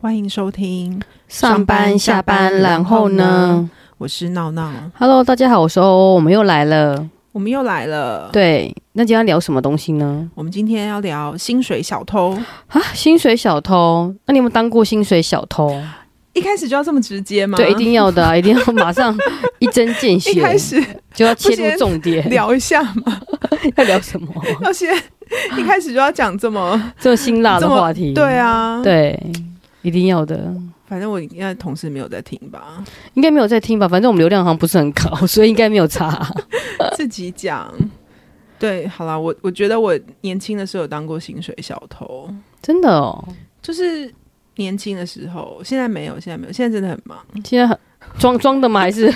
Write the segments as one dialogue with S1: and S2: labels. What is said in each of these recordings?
S1: 欢迎收听，
S2: 上班下班，然后呢
S1: 我是闹闹，
S2: ？Hello，大家好，我是欧，我们又来了。
S1: 我们又来了。，
S2: 对，那今天要聊什么东西呢？
S1: 我们今天要聊薪水小偷，
S2: 啊，薪水小偷。那你有没有当过薪水小偷？
S1: 一开始就要这么直接吗？
S2: 对，一定要 的、啊，一定要马上一针见血
S1: 一，开始
S2: 就要切入重点。
S1: 聊一 下 嘛，
S2: 要聊什么？
S1: 要先一开始就要讲这 么
S2: 这么辛辣
S1: 这
S2: 的
S1: 么
S2: 话题。
S1: 对，啊，，
S2: 对，一定要的。
S1: 反正我应该同事没有在听吧，
S2: 应该没有在听吧？反正我们流量好像不是很高， 所以应该没有差。呃
S1: 自己讲。对，好啦，我我觉得我年轻的时候有当过薪水小偷，
S2: 真的哦，
S1: 就是年轻的时候，现在没有，现在没有，现在真的很忙。
S2: 现在很装装的吗？还是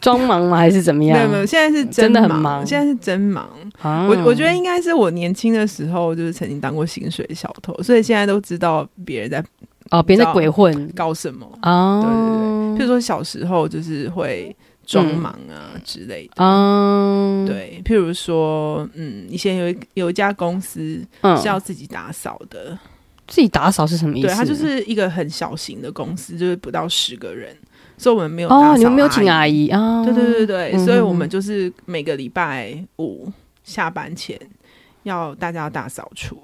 S2: 装忙吗？还是怎么
S1: 没
S2: 样
S1: 有？没有，现在是
S2: 真的很
S1: 忙，
S2: 忙
S1: 现在是真忙。
S2: 啊
S1: 我我觉得应该是我年轻的时候，就是曾经当过薪水小偷，所以现在都知道别人在
S2: 哦，别人在
S1: 你知
S2: 鬼
S1: 道
S2: 混
S1: 搞什么。
S2: 啊。
S1: 对对对，譬如说小时候就是会装忙啊之类的。
S2: 嗯，，
S1: 对，譬如说，嗯，以前有一有一家公司
S2: 嗯
S1: 是，要自己打扫的，
S2: 自己打扫是什么意思？
S1: 对，它就是一个很小型的公司，就是不到十个人，所以我们没有打
S2: 哦，
S1: 扫
S2: 你们没有请
S1: 阿
S2: 阿姨啊？
S1: 对对对对，
S2: 嗯
S1: 所以我们就是每个礼拜五下班前要大家要大扫除。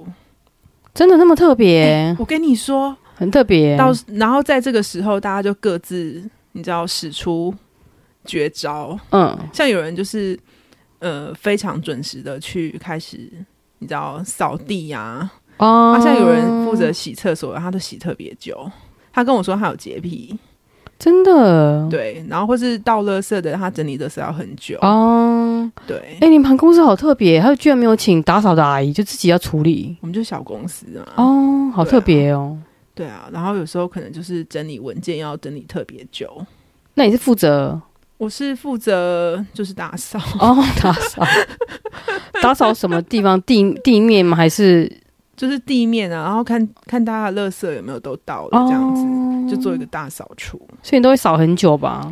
S2: 真的那么特别，
S1: 我跟你说，
S2: 很特别。
S1: 哎到然后在这个时候，大家就各自你知道使出绝招，
S2: 嗯，
S1: 像有人就是呃非常准时的去开始。你知道扫地呀、啊，
S2: 哦，
S1: 像有人负责洗厕所，他都洗特别久。他跟我说他有洁癖，
S2: 真的
S1: 对，然后或是倒垃圾的，他整理垃圾要很久，
S2: 哦，
S1: 对。
S2: 哎，你们公司好特别，还有居然没有请打扫的阿姨，就自己要处理
S1: 我们就小公司啊，
S2: 哦，好特别哦。
S1: 对啊，然后有时候可能就是整理文件要整理特别久。
S2: 那你是负责
S1: 我是负责就是打扫，
S2: 哦打扫， 打扫什么地方？地地面吗？还是
S1: 就是地面啊，然后看看大家的垃圾有没有都到了，
S2: 哦
S1: 这样子、就做一个大扫除。
S2: 所以你都会扫很久吧？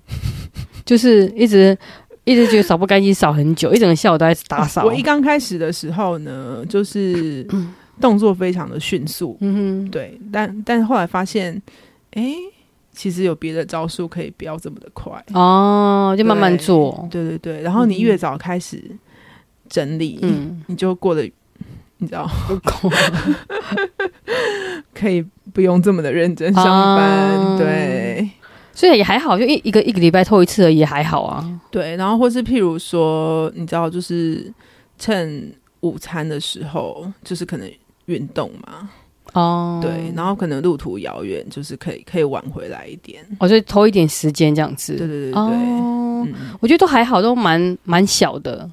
S2: 就是一直一直觉得扫不干净，扫很久，一整个下午都在打扫。
S1: 我一刚开始的时候呢，就是 动作非常的迅速，
S2: 嗯哼，
S1: 对，但但后来发现，哎，其实有别的招数可以不要这么的快，
S2: 哦，就慢慢做。
S1: 对对对，然后你
S2: 嗯
S1: 越早开始整理，
S2: 嗯，
S1: 你就过得你知道。
S2: 不够
S1: 可以不用这么的认真上班，
S2: 啊
S1: 对
S2: 所以也还好，就一一个一个礼拜透一次而已，也还好啊。
S1: 对，然后或是譬如说，你知道，就是趁午餐的时候，就是可能运动嘛，
S2: 哦，
S1: 对，然后可能路途遥远，就是可以可以晚回来一点，
S2: 哦，所以偷一点时间这样子。
S1: 对对对对，
S2: 哦，
S1: 嗯，
S2: 我觉得都还好，都蛮蛮小的，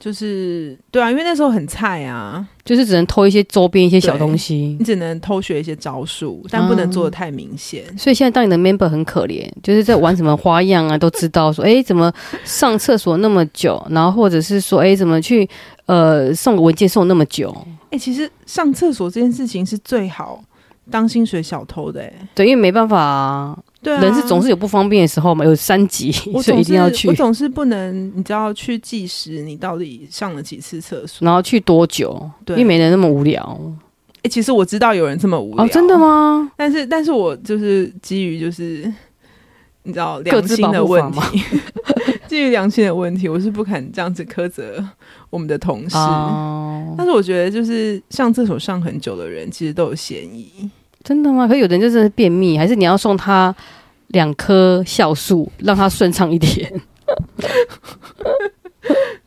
S1: 就是对啊，因为那时候很菜啊，
S2: 就是只能偷一些周边一些小
S1: 对
S2: 东西
S1: 你。只能偷学一些招数，但不能做的
S2: 嗯
S1: 太明显。
S2: 所以现在当你的 member 很可怜，就是在玩什么花样啊，都知道说，哎，怎么上厕所那么久，然后或者是说，哎，怎么去呃送个文件送那么久？
S1: 哎、其实上厕所这件事情是最好当薪水小偷的、欸，
S2: 对，因为没办法、啊，
S1: 对啊，
S2: 人是总是有不方便的时候嘛，有三级，
S1: 我
S2: 所以
S1: 总
S2: 一
S1: 是
S2: 定要去
S1: 我，总是不能，你知道去计时，你到底上了几次厕所？
S2: 然后去多久？
S1: 对
S2: 因为没人那么无聊
S1: 哎、其实我知道有人这么无聊，
S2: 哦，真的？吗？
S1: 但是，但是我就是基于就是你知道
S2: 各
S1: 良
S2: 自
S1: 心的
S2: 保护法
S1: 问题， 基于良心的问题，我是不肯这样子苛责我们的同事。
S2: 哦，
S1: 但是我觉得，就是上厕所上很久的人，其实都有嫌疑。
S2: 真的吗？可是有的人就是便秘，还是你要送他两颗酵素，让他顺畅一点？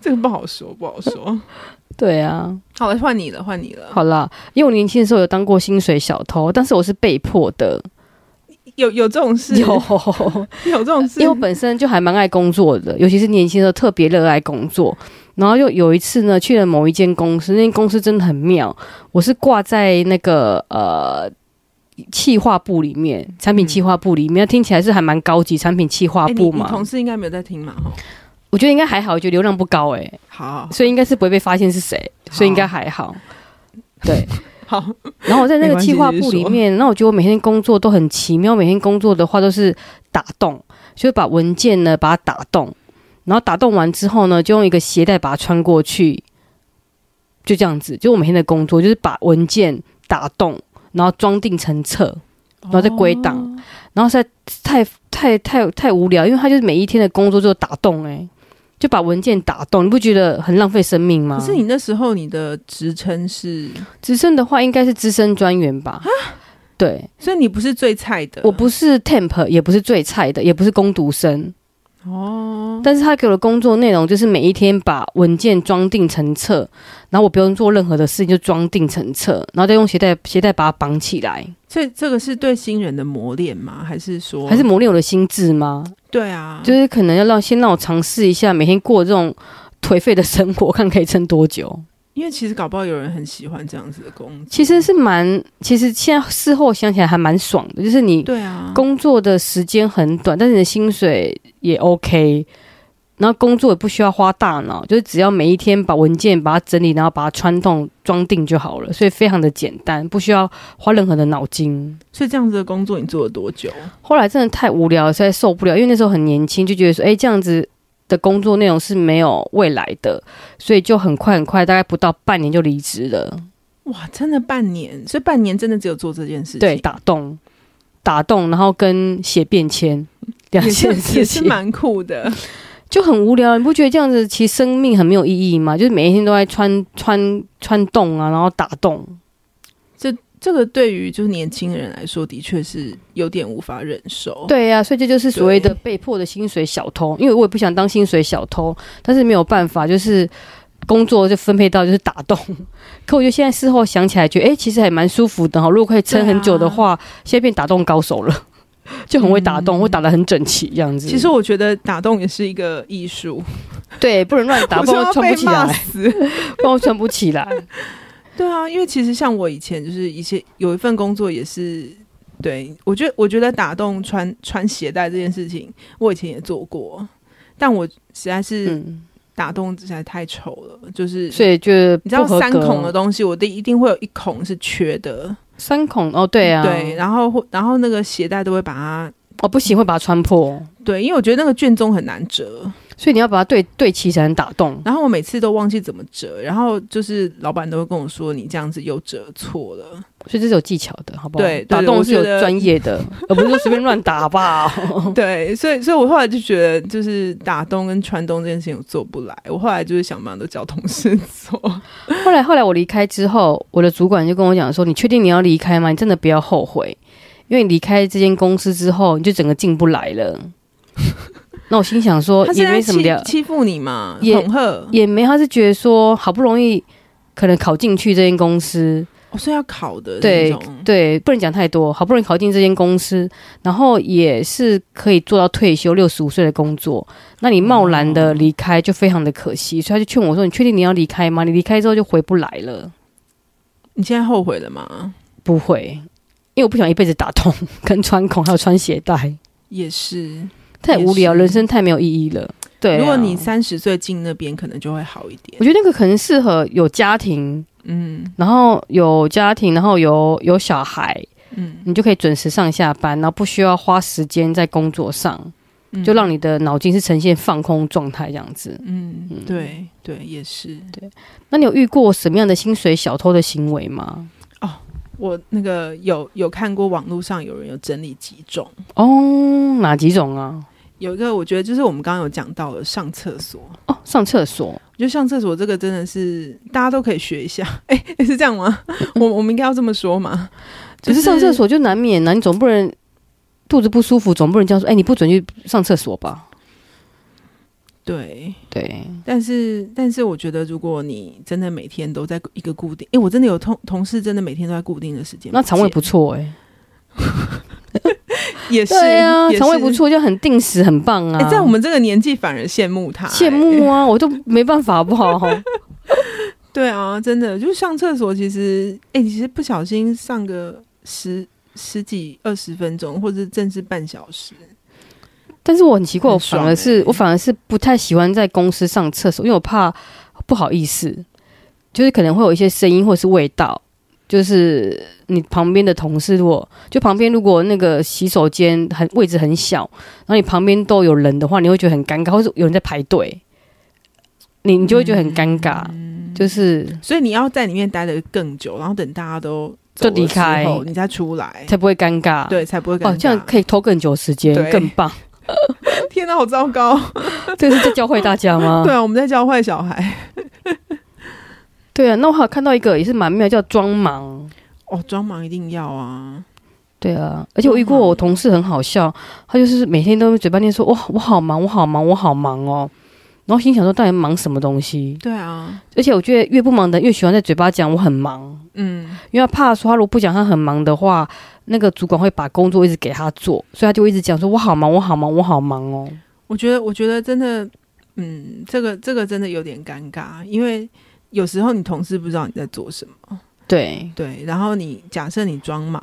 S1: 这个不好说，不好说。
S2: 对啊，
S1: 好了，换你了，换你了。
S2: 好啦，因为我年轻的时候有当过薪水小偷，但是我是被迫的，
S1: 有有这种事，
S2: 有，
S1: 有这种事
S2: 因为我本身就还蛮爱工作的，尤其是年轻的时候特别热爱工作。然后又有一次呢，去了某一间公司，那间公司真的很妙，我是挂在那个呃。企划部里面，产品企划部里面，听起来是还蛮高级。产品企划
S1: 哎你
S2: 部
S1: 你
S2: 嘛，
S1: 同事应该没有在听嘛？吼
S2: 我觉得应该还好，我觉得流量不高哎、
S1: 好
S2: 所以应该是不会被发现是谁，所以应该还好。对，
S1: 好，好
S2: 然后我在
S1: 没
S2: 那个
S1: 关系
S2: 企划部里面，那我觉得我每天工作都很奇妙，每天工作的话都是打洞，就是把文件呢把它打洞，然后打洞完之后呢，就用一个鞋带把它穿过去，就这样子，就我每天的工作就是把文件打洞，然后装订成册，然后再归档
S1: 哦
S2: 然后实在太太太太无聊，因为他就是每一天的工作就打洞哎、就把文件打洞，你不觉得很浪费生命吗？
S1: 可是你那时候你的职称是，
S2: 资深的话应该是资深专员吧？
S1: 啊
S2: 对，
S1: 所以你不是最菜的。
S2: 我不是 temp，也不是最菜的，也不是工读生，
S1: 哦，
S2: 但是他给我的工作内容就是每一天把文件装订成册，然后我不用做任何的事情，就装订成册，然后再用鞋带鞋带把它绑起来，
S1: 所以这个是对新人的磨练吗？还是说
S2: 还是磨练我的心智吗？
S1: 对啊？
S2: 就是可能要让先让我尝试一下每天过这种颓废的生活，看可以撑多久。
S1: 因为其实搞不好有人很喜欢这样子的工作。
S2: 其实是蛮，其实现在事后想起来还蛮爽的，就是你
S1: 对啊，
S2: 工作的时间很短，但是你的薪水也 OK，然后工作也不需要花大脑，就是只要每一天把文件把它整理，然后把它穿洞装订就好了，所以非常的简单，不需要花任何的脑筋。
S1: 所以这样子的工作你做了多久？
S2: 后来真的太无聊了，实在受不了，因为那时候很年轻，就觉得说，哎、这样子的工作内容是没有未来的，所以就很快很快，大概不到半年就离职了。
S1: 哇，真的半年，所以半年真的只有做这件事情。
S2: 对，打洞，打洞，然后跟写便签两
S1: 也是
S2: 件
S1: 也
S2: 事
S1: 是
S2: 情。
S1: 蛮酷的。
S2: 就很无聊，你不觉得这样子其实生命很没有意义吗？就是每一天都在穿穿穿洞啊，然后打洞，
S1: 这个对于就是年轻人来说，的确是有点无法忍受。，
S2: 对呀、所以这就是所谓的
S1: 对
S2: 被迫的薪水小偷。因为我也不想当薪水小偷，但是没有办法，就是工作就分配到就是打洞。 可我觉得现在事后想起来，觉得哎、诶其实还蛮舒服的哈。如果可以撑很久的话，啊现在变打洞高手了，就很会打
S1: 嗯
S2: 洞，会打得很整齐这样子。
S1: 其实我觉得打洞也是一个艺术，
S2: 对，不能乱打，
S1: 我
S2: 不
S1: 说
S2: 然
S1: 要
S2: 会穿
S1: 被
S2: 不起
S1: 骂
S2: 来，
S1: 死。
S2: 不然会穿不起 来。
S1: 对啊，因为其实像我以前就是一些有一份工作也是，对我觉得我觉得打洞穿穿鞋带这件事情，我以前也做过，但我实在是
S2: 嗯，
S1: 打洞实在太丑了，就是
S2: 所以就是
S1: 你知道
S2: 不合
S1: 三
S2: 格
S1: 孔的东西，我的一定会有一孔是缺的，
S2: 三孔哦，对啊，
S1: 对，然后会然后那个鞋带都会把它。
S2: 哦不行会把它穿破，
S1: 对，因为我觉得那个卷宗很难折，
S2: 所以你要把它对对齐才能打洞。
S1: 然后我每次都忘记怎么折，然后就是老板都会跟我说你这样子又折错了。
S2: 所以这是有技巧的，好不好？
S1: 对对
S2: 打洞是有
S1: 我觉得
S2: 专 业的，而不是说随便乱打，好不好？
S1: 对，所以所以我后来就觉得，就是打洞跟穿洞这件事情我做不来，我后来就是想把都交同事做。
S2: 后来后来我离开之后，我的主管就跟我讲说：“你确定你要离开吗？你真的不要后悔，因为你离开这间公司之后，你就整个进不来了。” 那我心想说
S1: 他：“现
S2: 哦也
S1: 在
S2: 没什么
S1: 欺
S2: 了，
S1: 欺负你嘛，
S2: 也
S1: 恐吓，
S2: 也没。”他是觉得说好不容易可能考进去这间公司，
S1: 我哦是要考的
S2: 对
S1: 那种。
S2: 对，不能讲太多。好不容易考进这间公司，然后也是可以做到退休六十五岁的工作，那你贸然的离开就非常的可惜。所以他就劝我说：“你确定你要离开吗？你离开之后就回不来了。
S1: 你现在后悔了吗？”
S2: 不会，因为我不想一辈子打通跟穿孔还有穿鞋带，
S1: 也是，
S2: 太无聊，
S1: 也是
S2: 人生太没有意义了。对啊、
S1: 如果你三十岁进那边，可能就会好一点
S2: 我。觉得那个可能适合有家庭，
S1: 嗯
S2: 然后有家庭，然后有有小孩，
S1: 嗯
S2: 你就可以准时上下班，然后不需要花时间在工作上。
S1: 嗯，
S2: 就让你的脑筋是呈现放空状态这样子。
S1: 嗯，对对，也是。
S2: 那你有遇过什么样的薪水小偷的行为吗？
S1: 我那个有有看过网络上有人有整理几种，
S2: 哦，哪几种啊？
S1: 有一个我觉得就是我们刚刚有讲到的上厕所，
S2: 哦，上厕所，
S1: 我觉得上厕所这个真的是大家都可以学一下， 哎、是这样 吗？我我们应该要这么说吗？
S2: 可是上厕，所就难免呐、你总不能肚子不舒服，总不能这样说，哎、你不准去上厕所吧？
S1: 对，
S2: 对，
S1: 但是但是我觉得，如果你真的每天都在一个固定，哎、我真的有同同事真的每天都在固定的时间，
S2: 那肠胃不
S1: 见
S2: 错哎、
S1: 也是
S2: 对啊，
S1: 也是
S2: 肠胃不错就很定时，很棒啊。
S1: 哎、在我们这个年纪反而羡慕他、
S2: 羡
S1: 哎
S2: 慕啊，我都没办法，好不好？
S1: 对啊，真的，就是上厕所，其实，哎、你其实不小心上个十十几二十分钟，或者正是半小时，
S2: 但是我很奇怪，
S1: 很
S2: 我反
S1: 爽
S2: 而是、
S1: 欸
S2: 我反而是不太喜欢在公司上厕所，因为我怕不好意思，就是可能会有一些声音或是味道。就是你旁边的同事，如果就旁边如果那个洗手间很位置很小，然后你旁边都有人的话，你会觉得很尴尬，或是有人在排队，你
S1: 嗯
S2: 你就会觉得很尴尬。就是
S1: 所以你要在里面待的更久，然后等大家都走了
S2: 就离开
S1: 之后你再出来，
S2: 才不会尴尬。
S1: 对，才不会尴尬。
S2: 哦，这样可以拖更久时间，
S1: 对
S2: 更棒。
S1: 天哪，好糟糕！
S2: 这个是在教会大家吗？
S1: 对啊，我们在教坏小孩。
S2: 对啊，那我还有看到一个也是蛮妙，叫装忙。
S1: 哦，装忙一定要啊！
S2: 对啊，而且我遇过
S1: 装忙
S2: 我同事很好笑，他就是每天都嘴巴念说哇我好忙，我好忙，我好忙哦，然后心想说到底忙什么东西？
S1: 对啊，
S2: 而且我觉得越不忙的人越喜欢在嘴巴讲我很忙，
S1: 嗯，
S2: 因为他怕说他如果不讲他很忙的话，那个主管会把工作一直给他做，所以他就会一直讲说我好忙，我好忙，我好忙哦。
S1: 我觉得，我觉得真的，嗯，这个这个真的有点尴尬，因为有时候你同事不知道你在做什么，
S2: 对，
S1: 对，然后你假设你装忙，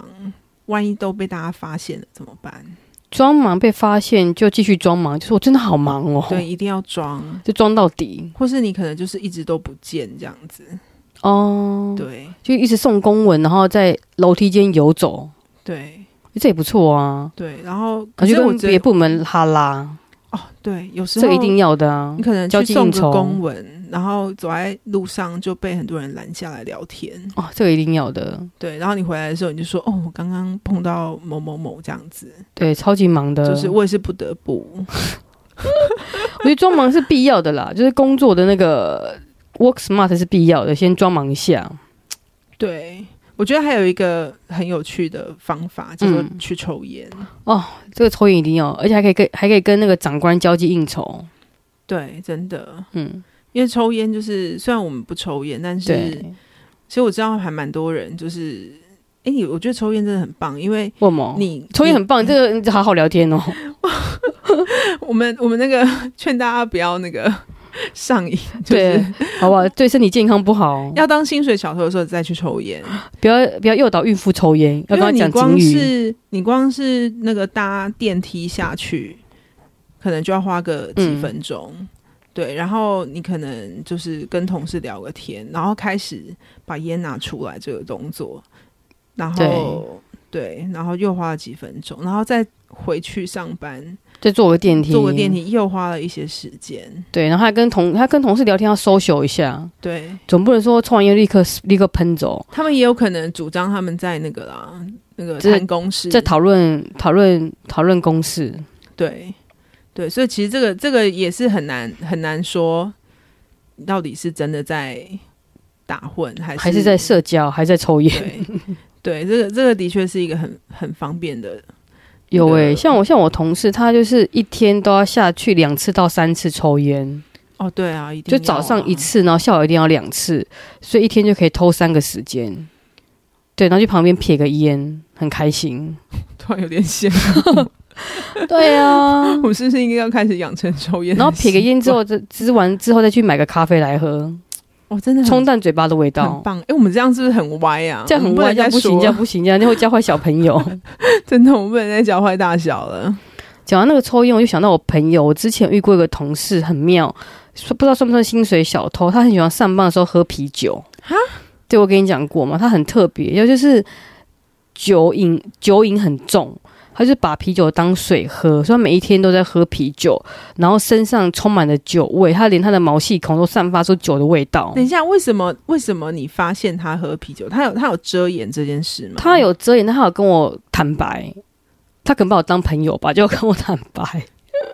S1: 万一都被大家发现了怎么办？
S2: 装忙被发现就继续装忙，就是我真的好忙哦，
S1: 对，，一定要装，
S2: 就装到底
S1: 或是你可能就是一直都不见这样子，
S2: 哦，
S1: 对
S2: 就一直送公文，然后在楼梯间游走，
S1: 对
S2: 这也不错啊。
S1: 对，然后可
S2: 而
S1: 是
S2: 且
S1: 我
S2: 跟
S1: 觉
S2: 别
S1: 得
S2: 部门哈拉，
S1: 哦，对，有时候
S2: 这一定要的啊
S1: 你。可能
S2: 交
S1: 去
S2: 际
S1: 送
S2: 应
S1: 个
S2: 酬
S1: 公文，然后走在路上就被很多人拦下来聊天，
S2: 哦，这个一定要的，
S1: 对，然后你回来的时候你就说，哦，我刚刚碰到某某某这样子，
S2: 对，超级忙的。
S1: 就是我也是不得不，
S2: 我觉得装忙是必要的啦，就是工作的那个 work smart 是必要的，先装忙一下。
S1: 对。我觉得还有一个很有趣的方法，叫做
S2: 嗯
S1: 去抽烟。
S2: 这个抽烟一定要，而且还可以跟还可以跟那个长官交际应酬。
S1: 对，真的，
S2: 嗯，
S1: 因为抽烟就是虽然我们不抽烟，但是
S2: 对，
S1: 其实我知道还蛮多人就是，哎、你我觉得抽烟真的很棒，因为
S2: 为什么？
S1: 你
S2: 哦抽烟很棒，这个好好 聊天哦。
S1: 我们我们那个 劝大家不要那个 上瘾，就是
S2: 对，好不好？对身体健康不好，
S1: 要当薪水小偷的时候再去抽烟，
S2: 不要不要诱导孕妇抽烟，
S1: 因
S2: 要跟她
S1: 为你
S2: 讲
S1: 光
S2: 警语。
S1: 是你光是那个搭电梯下去，可能就要花个
S2: 嗯
S1: 几分钟。对，然后你可能就是跟同事聊个天，然后开始把烟拿出来这个动作，然后对，然后又花了几分钟，然后再回去上班，
S2: 再坐个电梯，
S1: 坐个电。梯又花了一些时间。
S2: 对，然后还跟同他跟同事聊天要 social 一下，
S1: 对
S2: 总不能说抽完烟立刻立刻喷走，
S1: 他们也有可能主张他们在那个啦，那个
S2: 这
S1: 谈公事，
S2: 在讨论讨论讨论公事。
S1: 对，对，所以其实这个这个也是很难很难说，到底是真的在打混，还是
S2: 还是在社交，还是在抽 烟。
S1: 对对，这个这个的确是一个很很方便的，
S2: 有诶、
S1: 对
S2: 像我像我同事，他就是一天都要下去两次到三次抽烟，
S1: 哦，对啊，一定
S2: 就
S1: 要
S2: 早上
S1: 啊
S2: 一，次，然后下午一定要两次，所以一天就可以偷三个时间。对，然后去旁边撇个烟，很 开心。
S1: 突然有点羡慕，
S2: 对啊，
S1: 我们是不是应该要开始养成抽 烟的习惯？
S2: 然后撇个烟之后，这吃完之后再去买个咖啡来喝，
S1: 哦，真的很
S2: 冲淡嘴巴的味
S1: 很
S2: 道。
S1: 棒，哎、我们这样是不是很歪啊？
S2: 这样很
S1: 我
S2: 歪，
S1: 们
S2: 这样不
S1: 能再
S2: 行，
S1: 说
S2: 这样不行，这样就会教坏小朋友。
S1: 真的，我们不能再教坏大小了。
S2: 讲到那个抽烟，我就想到我朋友，我之前遇过一个同事，很妙，说不知道算不算薪水小偷，他很喜欢上班的时候喝啤酒。
S1: 哈，
S2: 对我跟你讲过嘛，他很特别，要就是酒瘾，酒瘾很重。他就把啤酒当水喝，所以他每一天都在喝啤酒，然后身上充满了酒味，他连他的毛细孔都散发出酒的味道。
S1: 等一下，为什么为什么你发现他喝啤酒？他有他有遮掩这件事吗？
S2: 他有遮掩，但他有跟我坦白，他可能把我当朋友吧，就跟我坦白。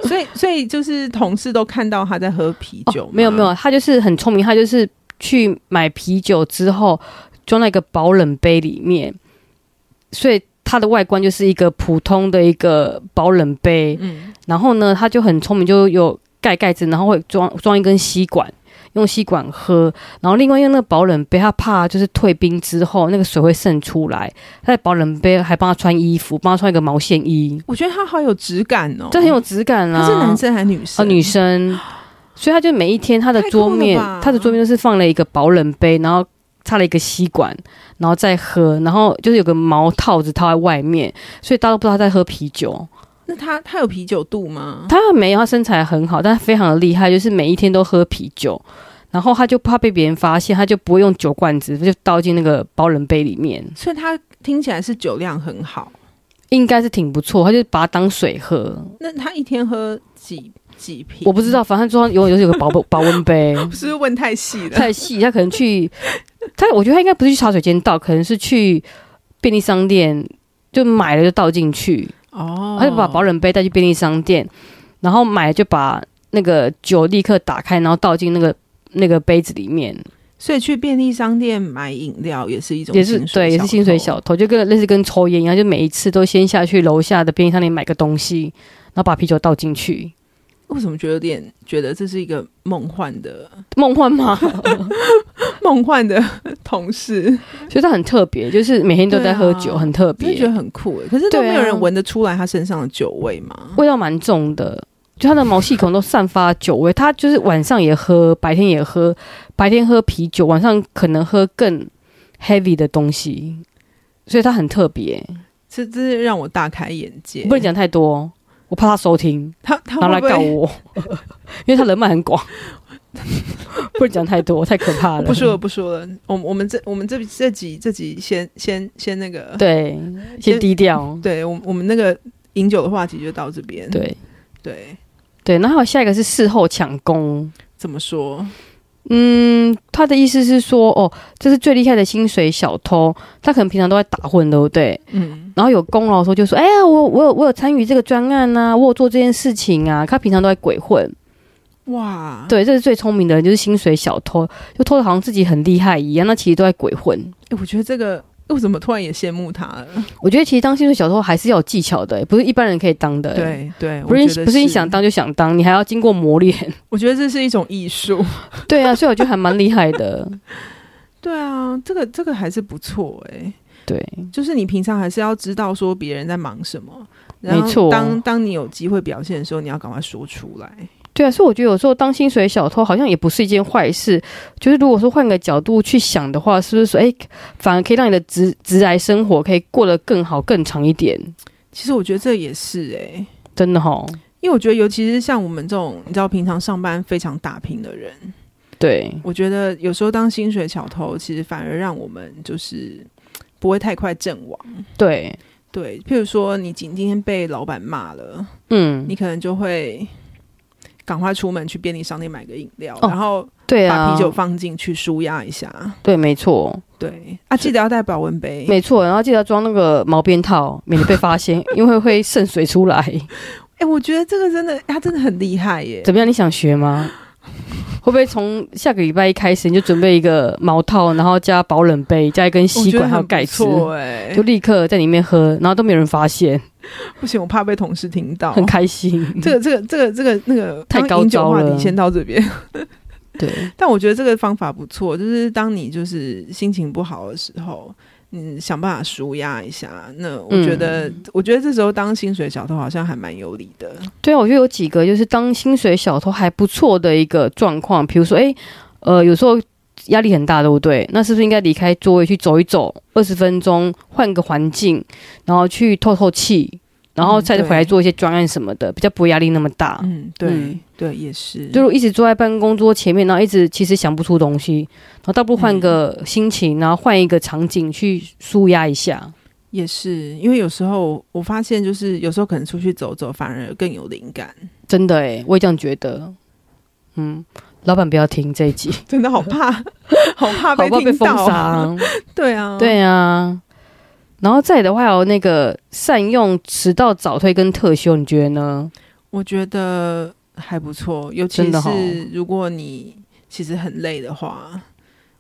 S1: 所以，所以就是同事都看到他在喝啤酒、
S2: 哦没有没，有，他就是很聪明，他就是去买啤酒之后装在一个保冷杯里面，所以它的外观就是一个普通的一个保冷杯。
S1: 嗯，
S2: 然后呢，他就很聪明，就有盖盖子，然后会装装一根吸管。用吸管喝，然后另外用那个保冷杯，他怕就是退冰之后那个水会渗出来，他在保冷杯还帮他穿衣服，帮他穿一个毛线衣，
S1: 我觉得他好有质感哦，
S2: 这很有质感啊。
S1: 他是男生还是女
S2: 哦，
S1: 生？
S2: 女生，所以他就每一天他的
S1: 太酷
S2: 桌
S1: 了
S2: 面
S1: 吧，
S2: 他的桌面就是放了一个保冷杯，然后插了一个吸管，然后再喝，然后就是有个毛套子套在外面，所以大家都不知道他在喝啤酒。
S1: 那他他有啤酒肚吗？
S2: 他没有，他身材很好，但他非常的厉害，就是每一天都喝啤酒。然后他就怕被别人发现，他就不会用酒罐子，就倒进那个保冷杯里面，
S1: 所以他听起来是酒量很好。
S2: 应该是挺不错。他就把它当水喝，
S1: 那他一天喝几几瓶？
S2: 我不知道，反正桌上有有有个保保温杯，
S1: 是不是问太细了？
S2: 太细，他可能去，他我觉得他应该不是去茶水间倒，可能是去便利商店就买了就倒进去，
S1: 哦，
S2: 他就把保冷杯带去便利商店，然后买了就把那个酒立刻打开，然后倒进那个那个杯子里面，
S1: 所以去便利商店买饮料也是一种
S2: 也是
S1: 薪水
S2: 对，也是薪水小偷，就跟类似跟抽烟一样，就每一次都先下去楼下的便利商店买个东西，然后把啤酒倒进去，
S1: 偷。为什么觉得有点觉得这是一个梦幻的
S2: 梦幻吗？
S1: 梦幻的同事？
S2: 所以它很特别，就是每天都在喝酒，
S1: 对啊
S2: 很特
S1: 真的觉
S2: 别
S1: 得，很酷哎，可是都
S2: 对啊
S1: 没有人闻得出来他身上的酒味嘛？
S2: 味道蛮重的。就它的毛细孔都散发酒味，它就是晚上也喝，白天也喝，白天喝啤酒，晚上可能喝更 heavy 的东西，所以它很特别。
S1: 这这是让我大开眼界。
S2: 不能讲太多，我怕他收听，
S1: 他他
S2: 然后来
S1: 会不
S2: 告
S1: 会
S2: 我，因为他人脉很广。 不能讲太多，太可怕了。
S1: 不说了不说了，我们我们这我们这这集这集先先先那个
S2: 对，先低调。
S1: 对，我们我们那个饮酒的话题就到这边。
S2: 对
S1: 对，
S2: 对，然后下一个是事后抢功。
S1: 怎么说？
S2: 嗯，他的意思是说，哦，这是最厉害的薪水小偷，他可能平常都在打混，对不对？
S1: 嗯，
S2: 然后有功劳的时候就说，哎呀，我我有我有参与这个专案啊，我有做这件事情啊，他平常都在鬼混。
S1: 哇，，
S2: 对，这是最聪明的人，就是薪水小偷，就偷的好像自己很厉害一样，那其实都在鬼混。
S1: 哎我觉得这个我怎么突然也羡慕他了？
S2: 我觉得其实当薪水小偷还是要有技巧的、不是一般人可以当的、，
S1: 对对，
S2: 不
S1: 我
S2: 是
S1: 觉得
S2: 不是你想，当就想当，你还要经过磨练。
S1: 我觉得这是一种艺术。
S2: 对啊，所以我觉得还蛮厉害的。
S1: 对啊，这个这个还是不错哎，
S2: 对，
S1: 就是你平常还是要知道说别人在忙什么。然后
S2: 没错
S1: 当当你有机会表现的时候，你要赶快说出来。
S2: 对啊，所以我觉得有时候当薪水小偷好像也不是一件坏事。就是如果说换个角度去想的话，是不是说，哎，反而可以让你的职职来生活可以过得更好、更长一点？
S1: 其实我觉得这也是哎、
S2: 真的哈，
S1: 因为我觉得尤其是像我们这种你知道平常上班非常打拼的人，
S2: 对
S1: 我觉得有时候当薪水小偷，其实反而让我们就是不会太快阵亡。
S2: 对，
S1: 对，譬如说你今今天被老板骂了，
S2: 嗯
S1: 你，可能就会赶快出门去便利商店买个饮料，
S2: 哦
S1: 然后
S2: 对啊，
S1: 把啤酒放进去舒压一下。
S2: 对，没错。
S1: 对啊，记得要带保温杯。
S2: 没错，然后记得装那个毛边套，免得被发现，因为会渗水出来。
S1: 哎、我觉得这个真的，他真的很厉害耶。
S2: 怎么样？你想学吗？会不会从下个礼拜一开始你就准备一个毛套，然后加保冷杯，加一根吸管还有盖子，
S1: 错哎
S2: 就，立刻在里面喝，然后都没有人发现，
S1: 不行，我怕被同事听到
S2: 很。开心。
S1: 这个这个这个这个那个
S2: 太
S1: 刚
S2: 高
S1: 饮酒
S2: 招
S1: 话
S2: 了
S1: 题先到这边。
S2: 对
S1: 但我觉得这个方法不错，就是当你就是心情不好的时候，你想办法舒压一下。那我觉得，
S2: 嗯
S1: 我觉得这时候当薪水小偷好像还蛮有理的。
S2: 对啊，我觉得有几个就是当薪水小偷还不错的一个状况，比如说，哎，呃，有时候压力很大，对不对？那是不是应该离开座位去走一走，二十分钟，换个环境，然后去透透气，然后
S1: 嗯
S2: 再回来做一些专案什么的，比较不会压力那么大。
S1: 嗯，对
S2: 嗯
S1: 对，也是。
S2: 就是一直坐在办公桌前面，然后一直其实想不出东西，然后倒不
S1: 嗯
S2: 如换个心情，然后换一个场景去舒压一下。
S1: 也是，因为有时候我发现，就是有时候可能出去走走，反而更有灵感。
S2: 真的诶、我也这样觉得。嗯，老板不要听这一集，
S1: 真的好怕， 好怕
S2: 好
S1: 被
S2: 不好被
S1: 听
S2: 封
S1: 到。
S2: 杀？
S1: 对啊，
S2: 对啊。然后再来的话，还有那个善用迟到、早退跟特休，你觉得呢？
S1: 我觉得还不错，尤其
S2: 真的哦
S1: 是
S2: 齁
S1: 如果你其实很累的话，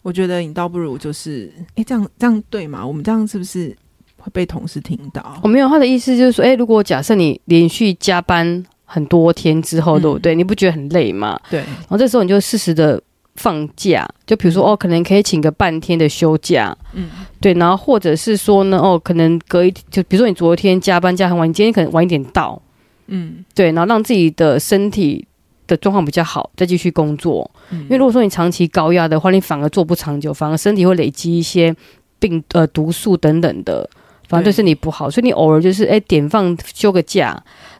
S1: 我觉得你倒不如就是，哎、这样这样对吗？我们这样是不是会被同事听到
S2: 我、？哦没有，他的意思就是说，哎，如果假设你连续加班很多天之后，
S1: 嗯
S2: 对不对？你不觉得很累吗？
S1: 对，
S2: 然后这时候你就适时的放假，就比如说哦，可能可以请个半天的休假，
S1: 嗯，
S2: 对，然后或者是说呢，哦，可能隔一就比如说你昨天加班加很晚，你今天可能晚一点到，
S1: 嗯，
S2: 对，然后让自己的身体的状况比较好，再继续工作。
S1: 嗯
S2: 因为如果说你长期高压的话，你反而做不长久，反而身体会累积一些病呃毒素等等的。反正对身体不好，所以你偶尔就是哎点放休个假，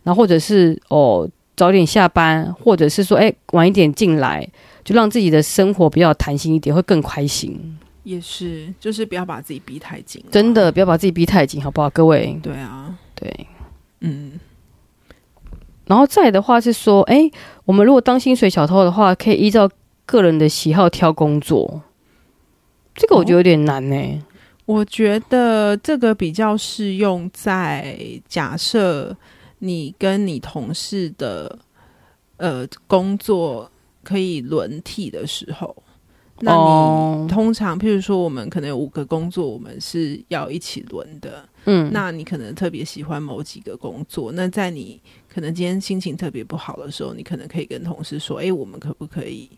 S2: 然后或者是哦早点下班，或者是说哎晚一点进来，就让自己的生活比较有弹性一点，会更开心。
S1: 也是，就是不要把自己逼太紧，
S2: 真。的不要把自己逼太紧，好不好，各位？
S1: 对啊，
S2: 对。
S1: 嗯，
S2: 然后再来的话是说，哎，我们如果当薪水小偷的话，可以依
S1: 哦
S2: 照个人的喜好挑工作。这个我觉得有点难呢、欸
S1: 我觉得这个比较适用在假设你跟你同事的呃工作可以轮替的时候。那
S2: 哦
S1: 你通常，譬如说，我们可能有五个工作，我们是要一起轮的。
S2: 嗯，
S1: 那你可能特别喜欢某几个工作，那在你可能今天心情特别不好的时候，你可能可以跟同事说：“哎、我们可不可以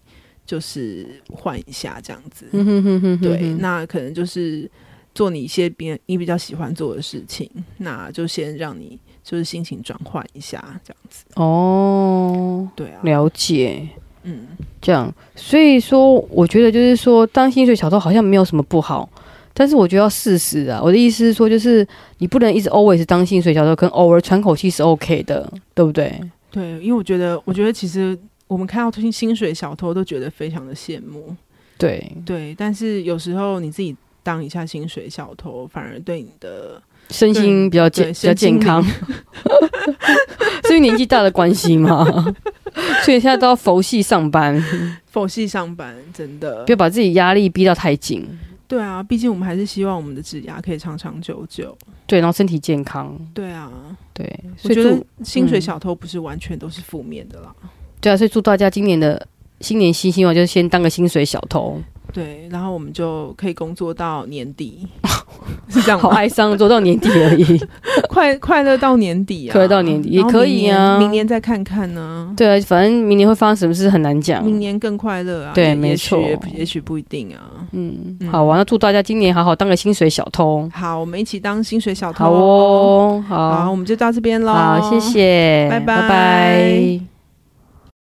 S1: 就是换一下这样子？”
S2: 嗯哼哼哼哼
S1: 对，
S2: 哼
S1: 那可能就是做你一些别你比较喜欢做的事情，那就先让你就是心情转换一下这样子。
S2: 哦，
S1: 对啊，
S2: 了解。
S1: 嗯，
S2: 这样，所以说，我觉得就是说，当薪水小偷好像没有什么不好，但是我觉得要适时啊。我的意思是说，就是你不能一直 always 当薪水小偷，跟偶尔喘口气是 OK 的，对不对？
S1: 对，因为我觉得，我觉得其实我们看到薪薪水小偷都觉得非常的羡慕，
S2: 对，
S1: 对，但是有时候你自己当一下薪水小偷，反而对你的。
S2: 身心比较健
S1: 对
S2: 比较健康， 所以年纪大的关系嘛， 所以现在都要佛系上班，
S1: 佛系上班，真的
S2: 不要把自己压力逼到太紧，
S1: 对啊，毕竟我们还是希望我们的指牙可以长长久久。
S2: 对，然后身体健康，
S1: 对啊，
S2: 对，
S1: 我
S2: 嗯所以
S1: 觉得
S2: 祝
S1: 薪水
S2: 嗯
S1: 小偷不是完全都是负面的啦。
S2: 对啊，所以祝大家今年的新年新希望就是先当个薪水小偷。
S1: 对，然后我们就可以工作到年 底，是这样
S2: 好
S1: 吗？
S2: 哀伤，做到年底而 已。
S1: 快快乐到年底啊，
S2: 快乐到年底也
S1: 然后
S2: 可
S1: 明
S2: 以
S1: 年
S2: 啊
S1: 明年再看看呢、
S2: 对啊，反正明年会发生什么事很难讲。
S1: 明年更快乐啊，
S2: 嗯对
S1: 也
S2: 没
S1: 也许
S2: 错
S1: 也不也许不一定啊。
S2: 嗯，
S1: 嗯
S2: 好啊，那祝大家今年好好当个薪水小偷。
S1: 好，我们一起当薪水小偷
S2: 好，哦，
S1: 好，
S2: 好，
S1: 我们就到这边喽，
S2: 好，谢。谢，
S1: 拜拜
S2: 拜拜